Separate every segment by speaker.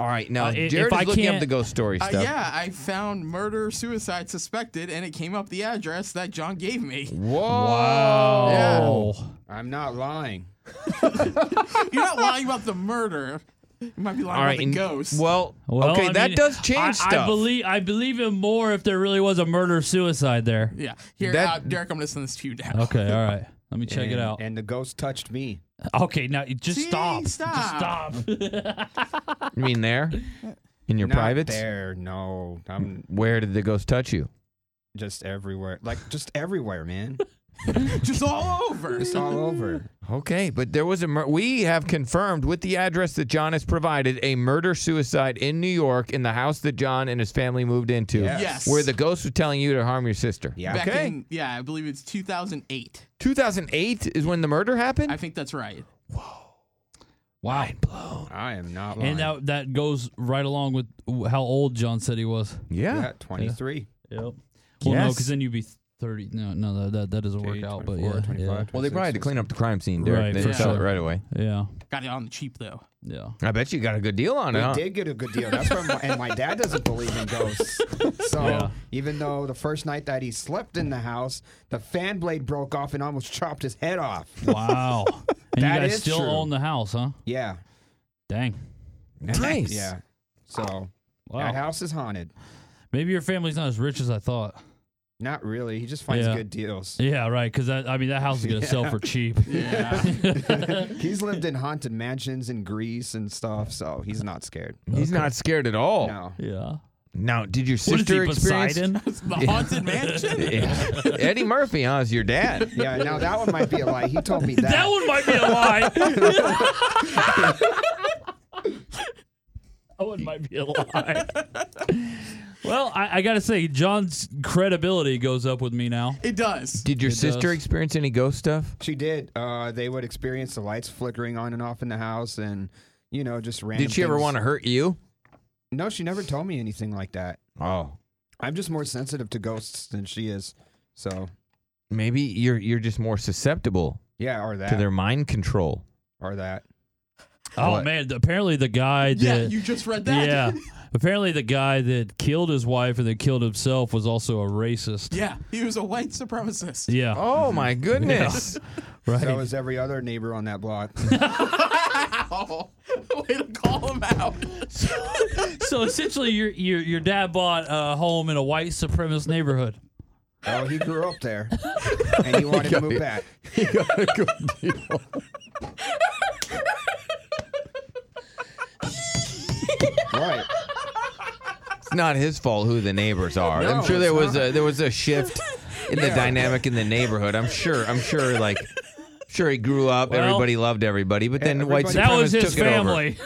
Speaker 1: All right, now
Speaker 2: Uh, i- if
Speaker 1: Jared
Speaker 2: I
Speaker 1: is looking up
Speaker 2: can't-
Speaker 1: the ghost story
Speaker 3: Uh,
Speaker 1: stuff.
Speaker 3: yeah, I found murder suicide suspected, and it came up the address that John gave me.
Speaker 1: Whoa!
Speaker 2: Wow.
Speaker 1: I'm not lying.
Speaker 3: You're not lying about the murder. You might be lying
Speaker 1: All right.
Speaker 3: about the
Speaker 1: and-
Speaker 3: ghost.
Speaker 1: Well,
Speaker 2: Well,
Speaker 1: okay,
Speaker 2: I
Speaker 1: that
Speaker 2: mean,
Speaker 1: does change
Speaker 2: I,
Speaker 1: stuff.
Speaker 2: I believe I believe him more if there really was a murder suicide there.
Speaker 3: yeah. Here,
Speaker 1: that-
Speaker 3: uh, Derek, I'm gonna send this to you now.
Speaker 2: Okay, all right. Let me check it
Speaker 4: And-
Speaker 2: out.
Speaker 4: And the ghost touched me.
Speaker 2: okay, now you just
Speaker 3: See,
Speaker 2: stop.
Speaker 3: stop.
Speaker 2: Just stop.
Speaker 1: You mean there? In your
Speaker 4: Not
Speaker 1: privates?
Speaker 4: There, no. I'm
Speaker 1: Where did the ghost touch you?
Speaker 4: just everywhere. Like just everywhere, man.
Speaker 3: Just all over.
Speaker 4: It's all over.
Speaker 1: Okay, but there was a mur- we have confirmed with the address that John has provided a murder suicide in New York in the house that John and his family moved into.
Speaker 4: Yes.
Speaker 3: Yes.
Speaker 1: Where the ghost was telling you to harm your sister.
Speaker 4: Yeah.
Speaker 3: Back
Speaker 1: Okay.
Speaker 3: in, yeah, I believe it's 2008.
Speaker 1: 2008 is when the murder happened?
Speaker 3: I think that's right.
Speaker 2: Wow.
Speaker 4: I am not lying.
Speaker 2: And that that goes right along with how old John said he was.
Speaker 1: yeah.
Speaker 4: yeah, 23.
Speaker 2: Yep. Well, no,
Speaker 1: Yes.
Speaker 2: because then you'd be thirty. No, no, that that, that doesn't work out. But
Speaker 4: 24,
Speaker 2: yeah,
Speaker 4: 25.
Speaker 1: Well, they probably had to clean up the crime scene, Derek.
Speaker 2: Right,
Speaker 1: they
Speaker 2: for
Speaker 1: didn't sell
Speaker 2: sure.
Speaker 1: it right away.
Speaker 2: yeah,
Speaker 3: Got it on the cheap though.
Speaker 2: yeah,
Speaker 1: I bet you got a good deal on it.
Speaker 4: We
Speaker 1: huh?
Speaker 4: did get a good deal. That's why, my, and my dad doesn't believe in ghosts. So
Speaker 2: Yeah.
Speaker 4: even though the first night that he slept in the house, the fan blade broke off and almost chopped his head off.
Speaker 2: yeah. Wow. and you
Speaker 4: That
Speaker 2: guys
Speaker 4: is
Speaker 2: still
Speaker 4: true.
Speaker 2: own the house, huh?
Speaker 4: Yeah,
Speaker 2: Dang.
Speaker 1: Nice.
Speaker 4: yeah. So
Speaker 2: Wow.
Speaker 4: that house is haunted.
Speaker 2: Maybe your family's not as rich as I thought.
Speaker 4: Not really. He just finds
Speaker 2: Yeah.
Speaker 4: good deals.
Speaker 2: Yeah, right. Because I mean, that house is gonna sell for cheap.
Speaker 4: He's lived in haunted mansions in Greece and stuff, so he's not scared.
Speaker 1: He's not scared at all.
Speaker 4: No.
Speaker 2: Yeah.
Speaker 1: Now, did your
Speaker 2: What is he
Speaker 1: sister experience?
Speaker 2: Poseidon?
Speaker 3: The haunted mansion.
Speaker 1: Yeah. Eddie Murphy, huh, is your dad.
Speaker 4: Yeah, now that one might be a lie. He told me that.
Speaker 2: that one might be a lie. that one might be a lie. well, I, I gotta say, John's credibility goes up with me now.
Speaker 3: It does.
Speaker 1: Did your
Speaker 2: It
Speaker 1: sister
Speaker 2: does.
Speaker 1: experience any ghost stuff?
Speaker 4: She did. Uh, they would experience the lights flickering on and off in the house and, you know, just random.
Speaker 1: Did she ever
Speaker 4: things.
Speaker 1: want to hurt you?
Speaker 4: No, she never told me anything like that.
Speaker 1: Oh.
Speaker 4: I'm just more sensitive to ghosts than she is. So,
Speaker 1: Maybe you're you're just more susceptible
Speaker 4: yeah, or that.
Speaker 1: to their mind control.
Speaker 4: or that.
Speaker 2: Oh
Speaker 1: What?
Speaker 2: man, apparently the guy that
Speaker 3: yeah, you just read that.
Speaker 2: yeah, apparently the guy that killed his wife and then killed himself was also a racist.
Speaker 3: yeah. He was a white supremacist.
Speaker 2: Yeah,
Speaker 1: Oh my goodness.
Speaker 2: right.
Speaker 4: So is every other neighbor on that block.
Speaker 3: Ow. Way to call him out.
Speaker 2: so essentially, your your your dad bought a home in a white supremacist neighborhood.
Speaker 4: oh, he grew up there. And he wanted to move back. Right.
Speaker 1: It's not his fault who the neighbors are.
Speaker 4: No,
Speaker 1: I'm sure there
Speaker 4: it's
Speaker 1: was a there was a shift in the dynamic in the neighborhood. I'm sure. I'm sure like sure he grew up,
Speaker 2: Well-
Speaker 1: everybody loved everybody, but then white
Speaker 4: Everybody-
Speaker 2: That was
Speaker 1: supremacists
Speaker 2: his
Speaker 1: took it over.
Speaker 2: family.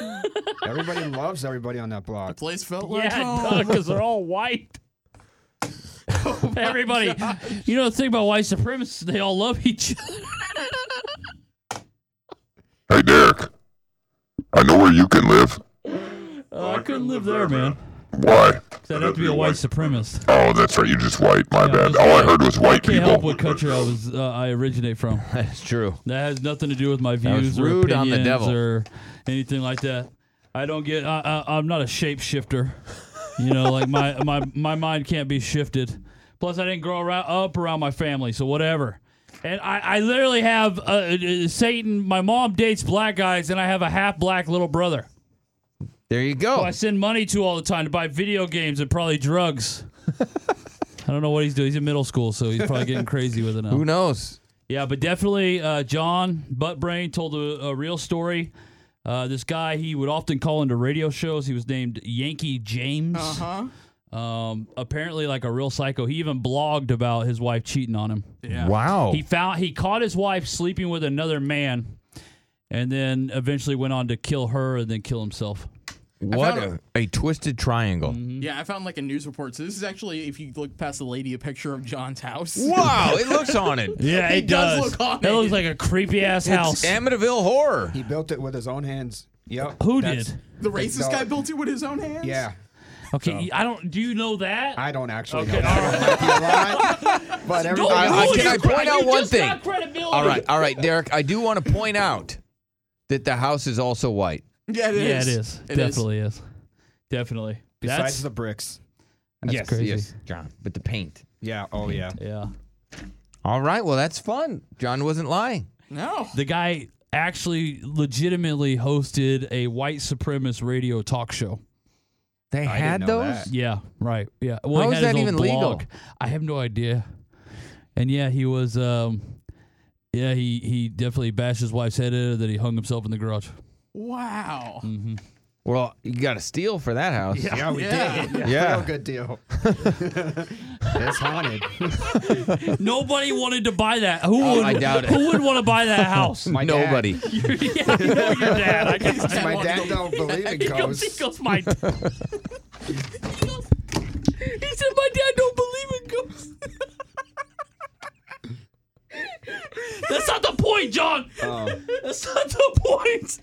Speaker 4: Everybody loves everybody on that block.
Speaker 3: Place felt like
Speaker 2: Yeah,
Speaker 3: home.
Speaker 2: because they're all white. Oh Everybody, you know the thing about white supremacists, they all love each other.
Speaker 5: Hey, Derek. I know where you can live.
Speaker 2: Oh, I couldn't live there, man.
Speaker 5: Why?
Speaker 2: I'd have to be a white supremacist.
Speaker 5: Oh, that's right. You're just white. My bad.
Speaker 2: just-
Speaker 5: All I heard was white
Speaker 2: Can't help what
Speaker 5: people.
Speaker 2: country I was uh, I originate from.
Speaker 1: That's true.
Speaker 2: That has nothing to do with my
Speaker 1: was
Speaker 2: views or
Speaker 1: rude
Speaker 2: opinions
Speaker 1: on the devil.
Speaker 2: or anything like that. I don't get. I, I, I'm not a shapeshifter. You know, like my my my mind can't be shifted. Plus, I didn't grow around, up around my family, so whatever. And I, I literally have uh, uh, Satan. My mom dates black guys, and I have a half black little brother.
Speaker 1: There you
Speaker 2: I
Speaker 1: go.
Speaker 2: send money to all the time to buy video games and probably drugs. I don't know what he's doing. He's in middle school, so he's probably getting crazy with it now.
Speaker 1: Who knows?
Speaker 2: Yeah, but definitely uh, John Buttbrain told a, a real story. Uh, this guy, he would often call into radio shows. He was named Yankee James.
Speaker 3: Uh-huh.
Speaker 2: Um, apparently, like a real psycho. He even blogged about his wife cheating on him.
Speaker 3: Yeah.
Speaker 1: Wow.
Speaker 2: He found he caught his wife sleeping with another man, and then eventually went on to kill her and then kill himself.
Speaker 1: what
Speaker 3: found
Speaker 1: a, a twisted triangle.
Speaker 3: Yeah, I found like a news report. So this is actually, if you look past the lady, a picture of John's house.
Speaker 1: Wow, it looks on it.
Speaker 2: Yeah,
Speaker 3: He it does does. look haunted.
Speaker 2: That looks like a creepy ass
Speaker 1: It's
Speaker 2: house.
Speaker 1: Amityville horror.
Speaker 4: He built it with his own hands. Yep.
Speaker 2: Who
Speaker 4: that's-
Speaker 2: did?
Speaker 3: The racist
Speaker 4: No.
Speaker 3: guy built it with his own hands.
Speaker 4: Yeah.
Speaker 2: Okay, I don't. Do you know that?
Speaker 4: I don't actually
Speaker 2: Okay,
Speaker 4: know. That might be a lie, but
Speaker 2: Don't
Speaker 4: everybody
Speaker 1: I- I-
Speaker 2: ruin
Speaker 1: Uh, can
Speaker 2: your
Speaker 1: I point
Speaker 2: cre-
Speaker 1: out
Speaker 2: you
Speaker 1: one
Speaker 2: just
Speaker 1: thing?
Speaker 2: got credibility.
Speaker 1: All right, all right, Derek. I do want to point out that the house is also white.
Speaker 3: Yeah, it is.
Speaker 2: Yeah, it is.
Speaker 3: It is.
Speaker 2: Definitely is. Definitely.
Speaker 4: Besides
Speaker 2: That's
Speaker 4: the bricks.
Speaker 1: That's
Speaker 2: Yes, crazy. yes,
Speaker 1: John. With the paint.
Speaker 4: Yeah. Oh yeah.
Speaker 2: yeah.
Speaker 1: All right. Well, that's fun. John wasn't lying.
Speaker 3: No.
Speaker 2: The guy actually legitimately hosted a white supremacist radio talk show.
Speaker 1: They
Speaker 4: I
Speaker 1: had
Speaker 4: didn't know
Speaker 1: those.
Speaker 4: that.
Speaker 2: Yeah, right. Yeah. Well,
Speaker 1: How
Speaker 2: he
Speaker 1: is
Speaker 2: had
Speaker 1: that
Speaker 2: his own
Speaker 1: even legal?
Speaker 2: blog. I have no idea. And yeah, he was. um Yeah, he he definitely bashed his wife's head in that he hung himself in the garage.
Speaker 3: Wow.
Speaker 4: Mm.
Speaker 1: Well, you got to steal for that house.
Speaker 4: Yeah, we
Speaker 3: Yeah.
Speaker 4: did.
Speaker 1: Yeah.
Speaker 4: Real good deal. it's haunted.
Speaker 2: Nobody wanted to buy that. Who
Speaker 1: Oh,
Speaker 2: would?
Speaker 1: I doubt it.
Speaker 2: Who would want to buy that house?
Speaker 4: My dad.
Speaker 1: Nobody.
Speaker 2: yeah, you know your dad. I guess
Speaker 3: Dad
Speaker 4: My
Speaker 3: wanted
Speaker 4: dad
Speaker 3: to-
Speaker 4: don't believe in
Speaker 2: He goes, he
Speaker 4: ghosts.
Speaker 2: goes, my. he goes- he said, "My dad don't believe in ghosts." That's not the point, John. That's not the point.